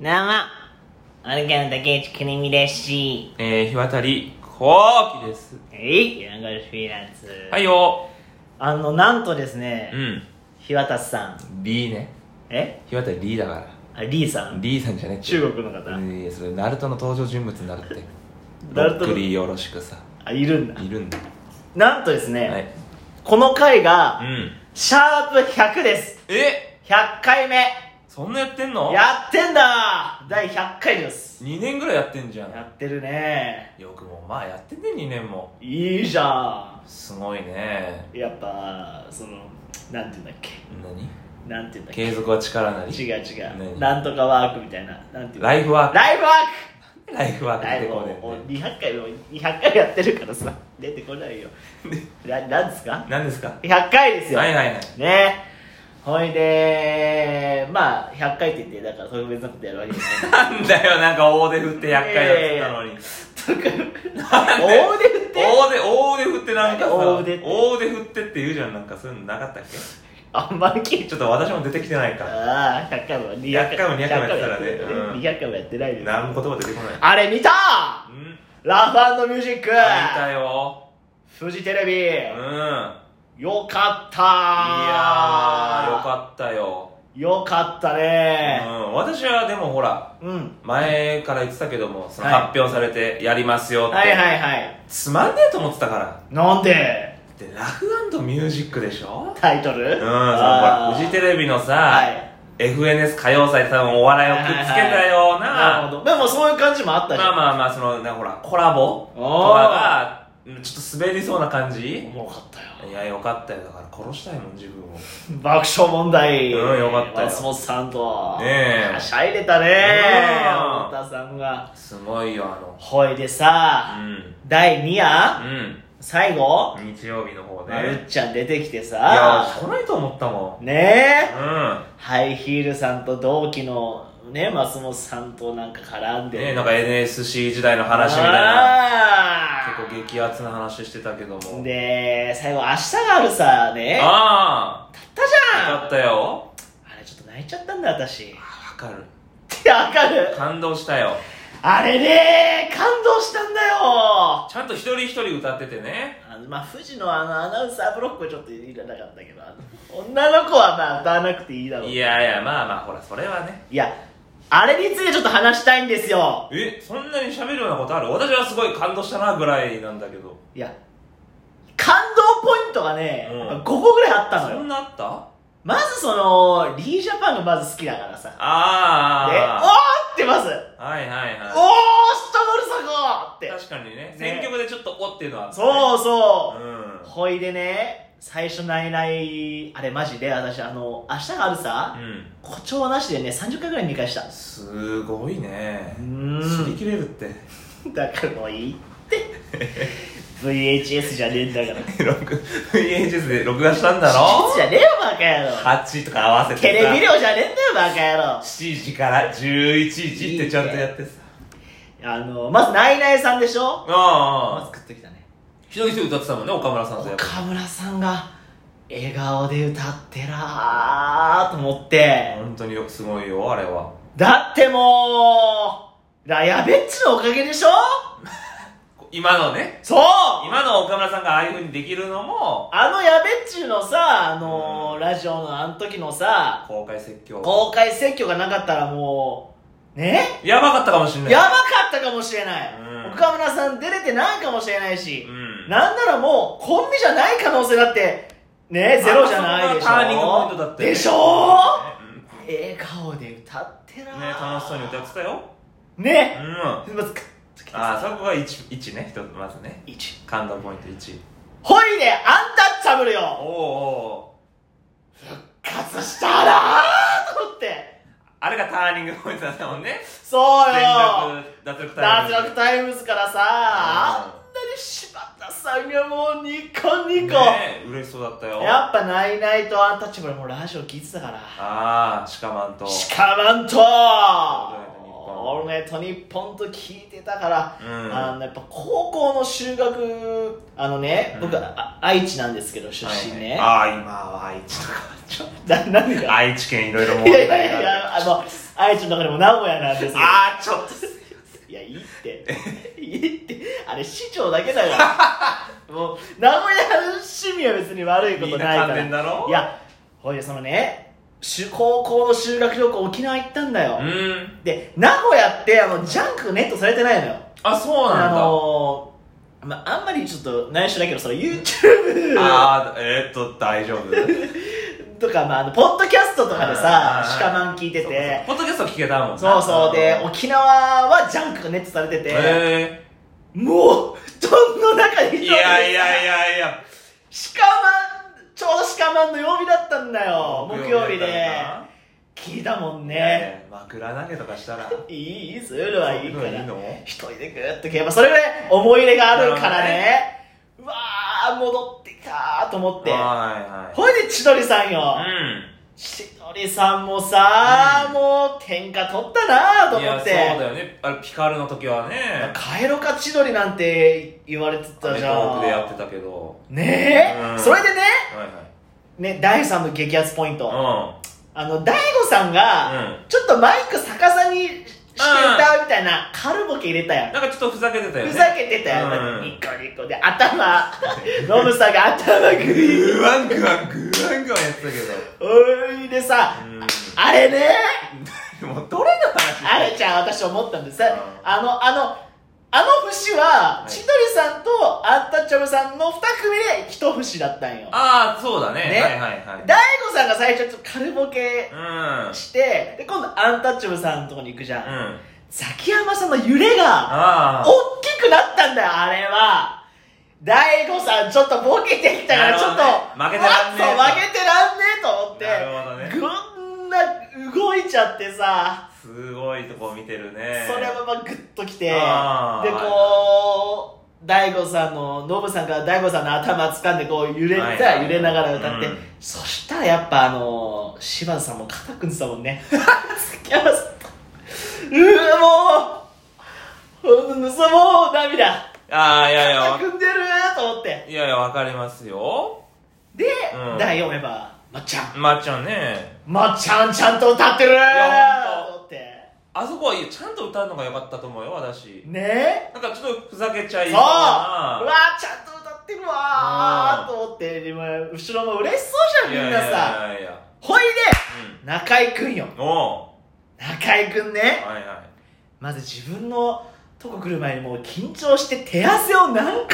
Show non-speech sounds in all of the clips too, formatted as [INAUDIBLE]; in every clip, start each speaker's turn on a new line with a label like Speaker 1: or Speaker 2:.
Speaker 1: どうも、オルガン竹内くるみですし、
Speaker 2: えー、日渡り、こうきです。
Speaker 1: えい、ヤングルフィーランス。
Speaker 2: はい。よ
Speaker 1: あの、なんとですね
Speaker 2: う、ん。
Speaker 1: 日渡さん、
Speaker 2: リーね。
Speaker 1: え
Speaker 2: 日渡りリーだか
Speaker 1: あ、リーさ
Speaker 2: ら。
Speaker 1: ん、
Speaker 2: リーさんじゃねえって
Speaker 1: 中国の方、
Speaker 2: いや、それ、ナルトの登場人物になるって。
Speaker 1: [LAUGHS] ナルト
Speaker 2: ロックリーよろしくさ。
Speaker 1: あ、いるんだ。
Speaker 2: いるんだ。
Speaker 1: なんとですね、
Speaker 2: はい。
Speaker 1: この回
Speaker 2: う
Speaker 1: が、
Speaker 2: ん。
Speaker 1: シャープ100です。
Speaker 2: え
Speaker 1: 100回目。
Speaker 2: そんなやってんの
Speaker 1: やってんだ第100回です。
Speaker 2: !2 年ぐらいやってんじゃん。
Speaker 1: やってるね。
Speaker 2: よくも、まあやってんね、2年も。
Speaker 1: いいじゃ
Speaker 2: すごいね。
Speaker 1: ん。やっぱ、その、なんて言うんだっけ。
Speaker 2: 何
Speaker 1: なんて言うんだっけ。
Speaker 2: 継続は力なり。
Speaker 1: 違う違う
Speaker 2: 何
Speaker 1: なんとかワークみたいななんていうの
Speaker 2: ライフワー
Speaker 1: ライフワー
Speaker 2: ク。ライフワー
Speaker 1: ク
Speaker 2: ク
Speaker 1: ライ
Speaker 2: で
Speaker 1: フ
Speaker 2: こ
Speaker 1: ワーク
Speaker 2: う
Speaker 1: もう
Speaker 2: ね。
Speaker 1: 200回も200回やってるからさ出てこ
Speaker 2: [LAUGHS]
Speaker 1: ないよななんですか
Speaker 2: 何ですか
Speaker 1: 100回ですよ
Speaker 2: はい
Speaker 1: ね
Speaker 2: はいはい。
Speaker 1: ほいでまあ100回って言ってだから特別なことやるわけじゃない
Speaker 2: なんだよ、なんか大手振って厄介だっつったのに。
Speaker 1: と
Speaker 2: [LAUGHS]
Speaker 1: か大腕振って
Speaker 2: 大腕、大腕振ってなんかさ、
Speaker 1: 大腕って
Speaker 2: 大腕振ってって言うじゃん、なんかそういうのなかったっけ
Speaker 1: あんまり聞い
Speaker 2: ちょっと私も出てきてないか。
Speaker 1: ああ100回も200
Speaker 2: 100回も200回もやってたらねうん
Speaker 1: 200回もやってないです
Speaker 2: 何も言葉出てこない。
Speaker 1: あれ見た
Speaker 2: うん。
Speaker 1: ラフミュージック
Speaker 2: あ、いたよ。
Speaker 1: フジテレビ
Speaker 2: うん。いやー、
Speaker 1: よかった
Speaker 2: よかったよ。
Speaker 1: よかった
Speaker 2: う
Speaker 1: ね
Speaker 2: ん。私はでもほら、
Speaker 1: うん、
Speaker 2: 前から言ってたけども、その
Speaker 1: はい
Speaker 2: 発表されてやりますよって。
Speaker 1: はいはいはい
Speaker 2: つまんねえと思ってたから。
Speaker 1: なんで
Speaker 2: で、ラフミュージックでしょ
Speaker 1: タイトル
Speaker 2: うん、そのほら、フジテレビの
Speaker 1: は
Speaker 2: さ、
Speaker 1: い
Speaker 2: FNS 歌謡祭で多分お笑いをくっつけたよう
Speaker 1: な
Speaker 2: な
Speaker 1: るほどでもそういう感じもあったじゃ
Speaker 2: まあ
Speaker 1: ん、
Speaker 2: まあまあそのなほらコラボとかがうんちょっと滑りそうな感じ
Speaker 1: おもろかったよ
Speaker 2: いやよかったよだから殺したいもん自分を
Speaker 1: 爆笑問題
Speaker 2: うんよかったよ
Speaker 1: 松本さんと
Speaker 2: ねえ
Speaker 1: はしゃいでたね
Speaker 2: うん
Speaker 1: 太田さんが
Speaker 2: すごいよあの
Speaker 1: ほいでさ
Speaker 2: うん
Speaker 1: 第2夜最後
Speaker 2: うん日曜日の方
Speaker 1: う
Speaker 2: で
Speaker 1: っちゃん出てきて
Speaker 2: いや
Speaker 1: さ
Speaker 2: 来ないと思ったもん
Speaker 1: ねえ
Speaker 2: う
Speaker 1: ハイヒールさんと同期のね、松本さんとなんか絡ん
Speaker 2: ん
Speaker 1: で。
Speaker 2: ねなんか NSC 時代の話みたいな
Speaker 1: あー
Speaker 2: 結構激アツな話してたけども
Speaker 1: で、最後、明日があるさ、ね。あっ
Speaker 2: あ
Speaker 1: た
Speaker 2: あ
Speaker 1: じゃ
Speaker 2: よ
Speaker 1: ん
Speaker 2: かったよ
Speaker 1: あれ、ちょっと泣いちゃったんだ、私。 [LAUGHS]
Speaker 2: あわかる
Speaker 1: ってわかる
Speaker 2: 感動したよ
Speaker 1: あれね、感動したんだよあ
Speaker 2: ちゃんと一人一人歌っててね
Speaker 1: のまあ、富士のあのアナウンサーブロックはちょっといらなかったけど、あの女の子はまあ、歌わなくていいだろう。
Speaker 2: い
Speaker 1: いや、
Speaker 2: やいやまあまあほらそれはね
Speaker 1: あれについてちょっと話したいんですよ。
Speaker 2: えそんなに喋るようなことある私はすごい感動したなぐらいなんだけど
Speaker 1: いや、感動ポイントがね、
Speaker 2: うん
Speaker 1: 5個ぐらいあったのよ
Speaker 2: そ。んなあったあ
Speaker 1: まずその、リージャパンがまず好きだからさ。で、おー
Speaker 2: あ
Speaker 1: ってまず、
Speaker 2: はいはい
Speaker 1: おー、
Speaker 2: は
Speaker 1: 下が
Speaker 2: い
Speaker 1: るそこって。
Speaker 2: 確かにね
Speaker 1: ね
Speaker 2: 選曲でちょっとおっていうのはあったね
Speaker 1: そうそう。
Speaker 2: うん
Speaker 1: ほいでね、最初ないない、あれマジで私あの、明日があるさ、
Speaker 2: うん
Speaker 1: 誇張なしでね、30回ぐらい見返した。
Speaker 2: すごいね
Speaker 1: う
Speaker 2: 擦り
Speaker 1: ー
Speaker 2: 切れるって
Speaker 1: ん。だからもういいって。VHS じゃねえんだから。
Speaker 2: 録 [LAUGHS] VHS で録画したんだ
Speaker 1: 事
Speaker 2: ろ
Speaker 1: 実じゃねえよ、バカ野郎。
Speaker 2: 8とか合わせてさ
Speaker 1: テレビ量じゃねえんだよ、バカ野郎。
Speaker 2: 7時から11時ってちゃんとやってさ
Speaker 1: あの、まずないないさんでしょま
Speaker 2: ああ
Speaker 1: ず食ってきたね。
Speaker 2: 一人一人歌ってたもんね岡村さんとやっぱ
Speaker 1: 岡村さんが笑顔で歌ってらーと思って、
Speaker 2: 本当によすごいよあれは
Speaker 1: だってもうラヤベッチのおかげでしょ
Speaker 2: 今のね
Speaker 1: そう
Speaker 2: 今の岡村さんがああいうふうにできるのも
Speaker 1: あのヤベッチのさあのー
Speaker 2: うん
Speaker 1: ラジオのあの時のさ
Speaker 2: 公開説教
Speaker 1: 公開説教がなかったらもうね
Speaker 2: やばかったかもしれない
Speaker 1: やばかったかもしれない、
Speaker 2: うん
Speaker 1: 岡村さん出れてないかもしれないし
Speaker 2: う、ん
Speaker 1: なんならもうコンビじゃない可能性だってねゼロじゃないでしょ
Speaker 2: あそこがターニングポイントだって
Speaker 1: でしょ
Speaker 2: うん
Speaker 1: 笑顔で歌ってな
Speaker 2: ね楽しそうに歌ってたようん
Speaker 1: ね
Speaker 2: あ
Speaker 1: まずカッときて
Speaker 2: あそこが 1, 1ね一つまずね
Speaker 1: 一
Speaker 2: 感動ポイント1
Speaker 1: ほいでアンタッチャブル
Speaker 2: お
Speaker 1: よ
Speaker 2: ーお
Speaker 1: 復活したなーと思って
Speaker 2: ーあれがターニングポイントだったもんね
Speaker 1: そう
Speaker 2: 全
Speaker 1: よ
Speaker 2: 力脱力タイ
Speaker 1: 脱
Speaker 2: ム
Speaker 1: 力タイムズからさあんなに柴田さんがもうニコニコ
Speaker 2: ね嬉しそうだったよ
Speaker 1: やっぱナイナイとアンタッチャブルもうラジオ聞いてたから
Speaker 2: ああシカマンと
Speaker 1: しかまんと
Speaker 2: オ
Speaker 1: オー
Speaker 2: ール
Speaker 1: ルナイトニッポンと聞いてたから
Speaker 2: う
Speaker 1: あ
Speaker 2: ん
Speaker 1: のやっぱ高校の修学あのね、僕
Speaker 2: うん
Speaker 1: あ愛知なんですけど出身ね、
Speaker 2: はいはいああ今は愛知とかちょっ
Speaker 1: な何
Speaker 2: と
Speaker 1: が
Speaker 2: 愛知県いろいろ
Speaker 1: い
Speaker 2: 問
Speaker 1: やいや
Speaker 2: 題
Speaker 1: い
Speaker 2: がある
Speaker 1: やあの愛知の中でも名古屋なんですよ
Speaker 2: あーちょっと
Speaker 1: [LAUGHS] いやいいっていいってあれ市長だけだ
Speaker 2: [LAUGHS]
Speaker 1: からもう名古屋市民は別に悪いことないから
Speaker 2: みんな勘弁だろ
Speaker 1: いやほいでそのねしゅ高校の修学旅行沖縄行ったんだよ、
Speaker 2: うん
Speaker 1: で名古屋ってあのジャンクネットされてないのよ
Speaker 2: あそうなんだ
Speaker 1: あのーまあ、あんまりちょっと内緒だけどその YouTube
Speaker 2: あーえー、っと大丈夫
Speaker 1: とか、まあ、あのポッドキャストとかでさ
Speaker 2: あー
Speaker 1: シカマン聞いてて
Speaker 2: ポッドキャスト聞けたもんな
Speaker 1: そうそうで沖縄はジャンクがネットされてて、
Speaker 2: え
Speaker 1: もう布団の中に
Speaker 2: ー、
Speaker 1: 一
Speaker 2: い
Speaker 1: 人
Speaker 2: やいやいやいや
Speaker 1: シカマンちょうどシカマンの曜日だったんだよ木曜日で聞いたもんね
Speaker 2: ね枕投げとかしたら
Speaker 1: いいいいそういうのはいいから
Speaker 2: そういうのいいの
Speaker 1: 一人でグーッと競馬それぐらい思い入れがあるからねうわー戻ってかーと思って
Speaker 2: はい
Speaker 1: ほいで千鳥さんよ、
Speaker 2: はいうん
Speaker 1: 千鳥さんもさ、
Speaker 2: うん
Speaker 1: もう天下取ったなと
Speaker 2: い
Speaker 1: 思
Speaker 2: や
Speaker 1: っ
Speaker 2: そう
Speaker 1: て
Speaker 2: だよねあれピカルの時はね
Speaker 1: 帰ろか千鳥なんて言われて
Speaker 2: ア
Speaker 1: た
Speaker 2: メ
Speaker 1: じ
Speaker 2: ト
Speaker 1: ゃ
Speaker 2: ー
Speaker 1: ん
Speaker 2: クでやってたけど
Speaker 1: ねえ、
Speaker 2: うん
Speaker 1: それでね
Speaker 2: はい
Speaker 1: ね第3の激アツポイント、
Speaker 2: は
Speaker 1: あの大悟さんが、
Speaker 2: いうん
Speaker 1: ちょっとマイク逆さにして歌うみたいな軽ボケ入れたやん
Speaker 2: うんなんかちょっとふざけてたよね
Speaker 1: ふざけてたよ、
Speaker 2: うん
Speaker 1: ニコニコで頭 [LAUGHS] ノムさんが頭グイ
Speaker 2: グワングワングワングワンやってたけ
Speaker 1: おいでさ
Speaker 2: ど
Speaker 1: あれね
Speaker 2: うんもうどれの話
Speaker 1: あれちゃん私思ったんです
Speaker 2: うん
Speaker 1: あのあのあの節は、
Speaker 2: はい
Speaker 1: 千鳥さんとアンタッチャブルさんの2組で一節だったんよ
Speaker 2: ああそうだね
Speaker 1: ね
Speaker 2: はいはいはい
Speaker 1: 大悟さんが最初ちょっと軽ボケ
Speaker 2: う
Speaker 1: してで今度アンタッチャブルさんのとこに行くじゃん、
Speaker 2: んうん
Speaker 1: ザキヤマさんの揺れが
Speaker 2: ああ
Speaker 1: 大きくなったんだよあれは大悟さんちょっとボケてきたから
Speaker 2: な
Speaker 1: ちょ
Speaker 2: るほ
Speaker 1: っ
Speaker 2: ど
Speaker 1: と、
Speaker 2: ね負けてらんね
Speaker 1: あそ
Speaker 2: え
Speaker 1: う
Speaker 2: と
Speaker 1: 負けてらんねえと思って
Speaker 2: なるほどね
Speaker 1: ぐんな動いちゃってさ、
Speaker 2: すごいとこ見てるね
Speaker 1: それはまあグッときてで
Speaker 2: あー
Speaker 1: こう大悟さんのノブさんから大悟さんの頭掴んでこう揺れ
Speaker 2: はい
Speaker 1: て、揺れながら歌って、
Speaker 2: うん
Speaker 1: そしたらやっぱあの柴田さんも肩組んでたもんね付き合わせうーもうほんとそうもう涙
Speaker 2: ああいやいや
Speaker 1: 肩
Speaker 2: わ
Speaker 1: 組んでると思って
Speaker 2: いやいやわかりますよ
Speaker 1: で、
Speaker 2: うん
Speaker 1: 第4話はまっちゃん
Speaker 2: まっちゃんね
Speaker 1: まっちゃんちゃんと歌ってる
Speaker 2: やほんと
Speaker 1: と思って
Speaker 2: あそこはいいちゃんと歌うのが良かったと思うよ私
Speaker 1: ねえ
Speaker 2: なんかちょっとふざけちゃい
Speaker 1: そうう
Speaker 2: そう
Speaker 1: わ
Speaker 2: な
Speaker 1: ちゃんと歌ってるわーと思って今後ろも嬉しそうじゃんみんなさ
Speaker 2: いやいやいやいや
Speaker 1: ほいで中居くんよ
Speaker 2: うんお
Speaker 1: 中居くん
Speaker 2: う
Speaker 1: ね
Speaker 2: はいはい
Speaker 1: まず自分のとこ来る前にもう緊張して手汗を何回も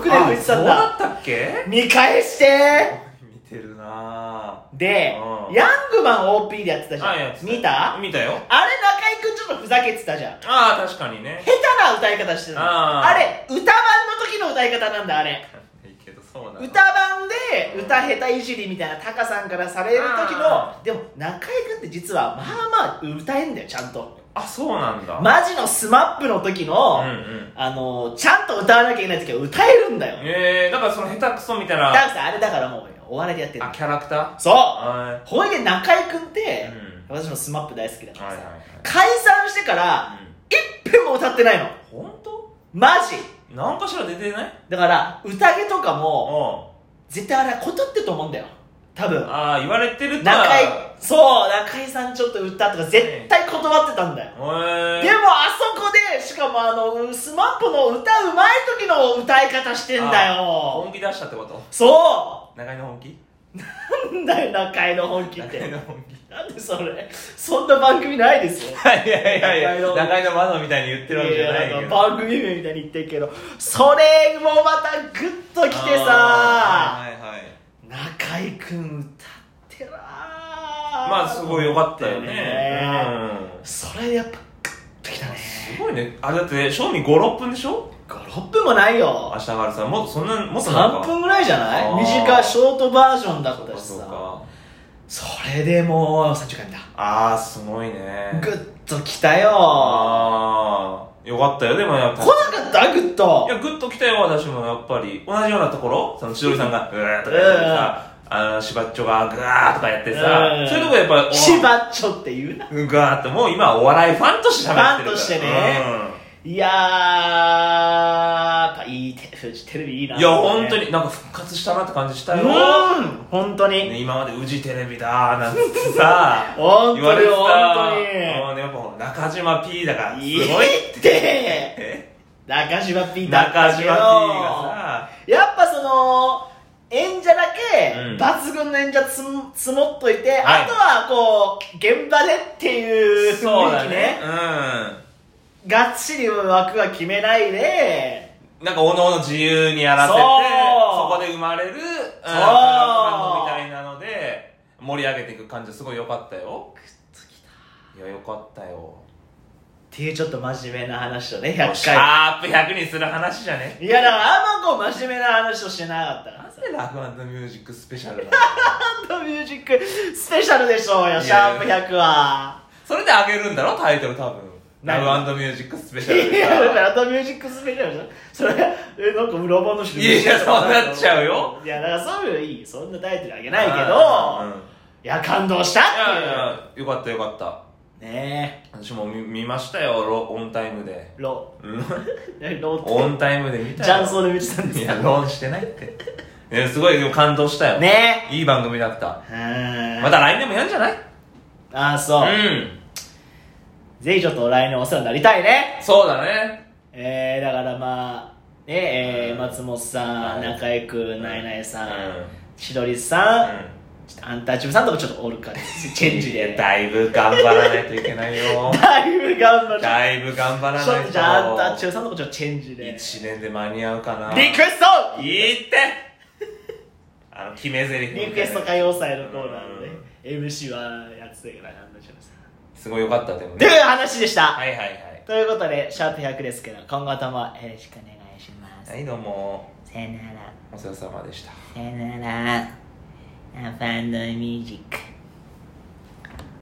Speaker 1: 膨れ
Speaker 2: あ
Speaker 1: 拭いてたん
Speaker 2: そ
Speaker 1: だ
Speaker 2: うだったっけ
Speaker 1: 見返して
Speaker 2: 見てるな
Speaker 1: で
Speaker 2: うん
Speaker 1: ヤングマン OP でやってた
Speaker 2: ぁ
Speaker 1: じゃ
Speaker 2: あや
Speaker 1: ん
Speaker 2: つ
Speaker 1: 見た
Speaker 2: 見たよ
Speaker 1: あれ中居くんちょっとふざけてたじゃん
Speaker 2: ああ確かにね
Speaker 1: 下手な歌い方してる
Speaker 2: あ
Speaker 1: あ
Speaker 2: ー
Speaker 1: れ歌番の時の歌い方なんだあれ
Speaker 2: いいけどそうだな
Speaker 1: 歌版で歌下手いじりみたいなタカさんからされる時の
Speaker 2: あ
Speaker 1: でも中居君って実はまあまあ歌えんだよちゃんと
Speaker 2: あそうなんだ
Speaker 1: マジのスマップの時
Speaker 2: う
Speaker 1: の、
Speaker 2: んうん
Speaker 1: あのちゃんと歌わなきゃいけない時は歌えるんだよ
Speaker 2: えー、だからその下手くそみたい
Speaker 1: だ
Speaker 2: な
Speaker 1: からさあれだからもうお笑いでやってる
Speaker 2: あキャラクター
Speaker 1: そう
Speaker 2: は
Speaker 1: ほいで中居君って
Speaker 2: い、うん
Speaker 1: 私のスマップ大好きだから
Speaker 2: は
Speaker 1: さ、
Speaker 2: いはいはい
Speaker 1: 解散してから一遍も歌ってないの
Speaker 2: 本当
Speaker 1: マジ
Speaker 2: 何かしら出てない
Speaker 1: だから宴とかも
Speaker 2: あ
Speaker 1: 絶対あれはことってると思うんだよ多分
Speaker 2: あー言われてると
Speaker 1: [LAUGHS] 中井
Speaker 2: は
Speaker 1: そう中井さんちょっと歌とか絶対断ってたんだよ、
Speaker 2: へ
Speaker 1: でもあそこでしかもあのスマップの歌うまい時の歌い方してんだよ
Speaker 2: 本気出したってこと
Speaker 1: そ
Speaker 2: 中井の本気
Speaker 1: うなんだよ中井の本気っ
Speaker 2: 中井 [LAUGHS]
Speaker 1: て
Speaker 2: の本気
Speaker 1: なんでそれそんな番組ないですよ
Speaker 2: いやいや
Speaker 1: 中
Speaker 2: い
Speaker 1: 井の
Speaker 2: や中井の窓みたいに言ってるわけじゃない
Speaker 1: や
Speaker 2: け
Speaker 1: ん
Speaker 2: ど
Speaker 1: か番組名みたいに言ってるけどそれもまたグッときて
Speaker 2: あ
Speaker 1: さ
Speaker 2: ーはいはいはい
Speaker 1: 中井くん歌ってらー
Speaker 2: まあすごい良かったよねうん
Speaker 1: それやっぱグッときたね
Speaker 2: すごいねあだって賞味56分でしょ
Speaker 1: 56分もないよ
Speaker 2: 明日があるさもっとそんなもっとなんか
Speaker 1: 3分ぐらいじゃな
Speaker 2: あー
Speaker 1: い短いショートバージョンだったし
Speaker 2: そうかそう
Speaker 1: さ
Speaker 2: か
Speaker 1: それでもう30回見た
Speaker 2: ああすごいね
Speaker 1: グッときたよ
Speaker 2: ああよかったよでもやっ
Speaker 1: 来
Speaker 2: ぱ
Speaker 1: なかったグッと
Speaker 2: いやグッときたよ私もやっぱり同じようなところその千鳥さんがうわーとかやってさあのしばっちょがぐわーとかやって
Speaker 1: う
Speaker 2: さ
Speaker 1: ん
Speaker 2: そういうとこやっぱお
Speaker 1: しばっちょって言うな
Speaker 2: うんぐわーってもう今はお笑いファンとして喋ってるから
Speaker 1: ファンとしてねいやーやっぱいいテフジテレビいい
Speaker 2: うん
Speaker 1: ない
Speaker 2: や本当になんか復活したなって感じしたよ、
Speaker 1: うん本当に
Speaker 2: ね今まで宇治テレビだーなんつってさ
Speaker 1: [LAUGHS] 本当
Speaker 2: 言われ
Speaker 1: に
Speaker 2: てた
Speaker 1: 本当に
Speaker 2: うんでもやっぱほら中島 P だからすご
Speaker 1: い
Speaker 2: い
Speaker 1: いって
Speaker 2: え
Speaker 1: 中島 P だった
Speaker 2: 中
Speaker 1: け
Speaker 2: 島 P
Speaker 1: ど
Speaker 2: がさ
Speaker 1: やっぱその演者だけ、
Speaker 2: うん
Speaker 1: 抜群の演者つん積もっといて、
Speaker 2: はい
Speaker 1: あとはこう現場でっていう
Speaker 2: そう
Speaker 1: 雰囲
Speaker 2: だ
Speaker 1: 気ね
Speaker 2: ね
Speaker 1: がっちり枠は決めないで
Speaker 2: うんなんかおのおの自由にやらせ
Speaker 1: そ
Speaker 2: て
Speaker 1: う
Speaker 2: そこで生まれる、うん、化学反応みたいなので盛り上げていく感じすごい良かったよいや良かったよ
Speaker 1: っていうちょっと真面目な話をね
Speaker 2: もう
Speaker 1: 100
Speaker 2: シ
Speaker 1: 回
Speaker 2: ャープ100にする話じゃね
Speaker 1: いやだからあんまこう真面目な話をしてなかったから
Speaker 2: な
Speaker 1: さ
Speaker 2: んでラフミュージックスペシャルなの
Speaker 1: ハンドミュージックスペシャルでしょうよ
Speaker 2: いやいや
Speaker 1: シャープ100は
Speaker 2: それであげるんだろタイトル多分
Speaker 1: 何
Speaker 2: ラフミュージックスペシャル
Speaker 1: い
Speaker 2: で
Speaker 1: やだか
Speaker 2: さ
Speaker 1: らハンドミュージックスペシャルじゃんそれえなんか裏話で
Speaker 2: いやいやそうなっちゃうよ
Speaker 1: いやだからそういうのいいそんなタイトルあげないけど
Speaker 2: うんうん
Speaker 1: いや感動したっ
Speaker 2: い
Speaker 1: ていう
Speaker 2: やいやよかったよかった
Speaker 1: ね
Speaker 2: 私も見見ましたよロオンタイムで
Speaker 1: えロ
Speaker 2: うん [LAUGHS]
Speaker 1: ロって
Speaker 2: オンタイムで見たよ
Speaker 1: ジャンソーで見てたんです
Speaker 2: い
Speaker 1: よ
Speaker 2: やローンしてないっていやすごいでも感動したよ
Speaker 1: ね
Speaker 2: いい番組だった
Speaker 1: えうん
Speaker 2: また来年もやるんじゃない
Speaker 1: ああそう、
Speaker 2: うん
Speaker 1: ぜひちょっと来年お世話になりたいね
Speaker 2: そうだね
Speaker 1: えー、だからまあねえー
Speaker 2: うん
Speaker 1: 松本さん、
Speaker 2: はい
Speaker 1: 中居君ナイナイさん、
Speaker 2: うん
Speaker 1: 千鳥さん、
Speaker 2: う
Speaker 1: ちょっとアンタッチャブルさんとかちょっとおるからチェン
Speaker 2: ん
Speaker 1: ジ
Speaker 2: いや
Speaker 1: で
Speaker 2: だいぶ頑張らないといけな
Speaker 1: [LAUGHS]
Speaker 2: いよ
Speaker 1: だいぶ頑張る
Speaker 2: だいぶ頑張ら
Speaker 1: ちょ
Speaker 2: な
Speaker 1: っ
Speaker 2: い
Speaker 1: と
Speaker 2: と
Speaker 1: じゃあアンタッチャブルさんとかちょっとチェンジでリクエス
Speaker 2: 1年で間に合うかな
Speaker 1: ト
Speaker 2: いいってあの決め台詞みたいな
Speaker 1: リクエスト歌謡祭のコーナーのね MC はやってたからアンタッチャブルさん
Speaker 2: すごいよかったでも
Speaker 1: と
Speaker 2: ね
Speaker 1: いう話でした、
Speaker 2: はいはいはい
Speaker 1: ということでシャープ100ですけど今後ともよろしくお願いします、
Speaker 2: はいどうも
Speaker 1: さよなら
Speaker 2: お世話様でした
Speaker 1: さよならアンファンドミュージック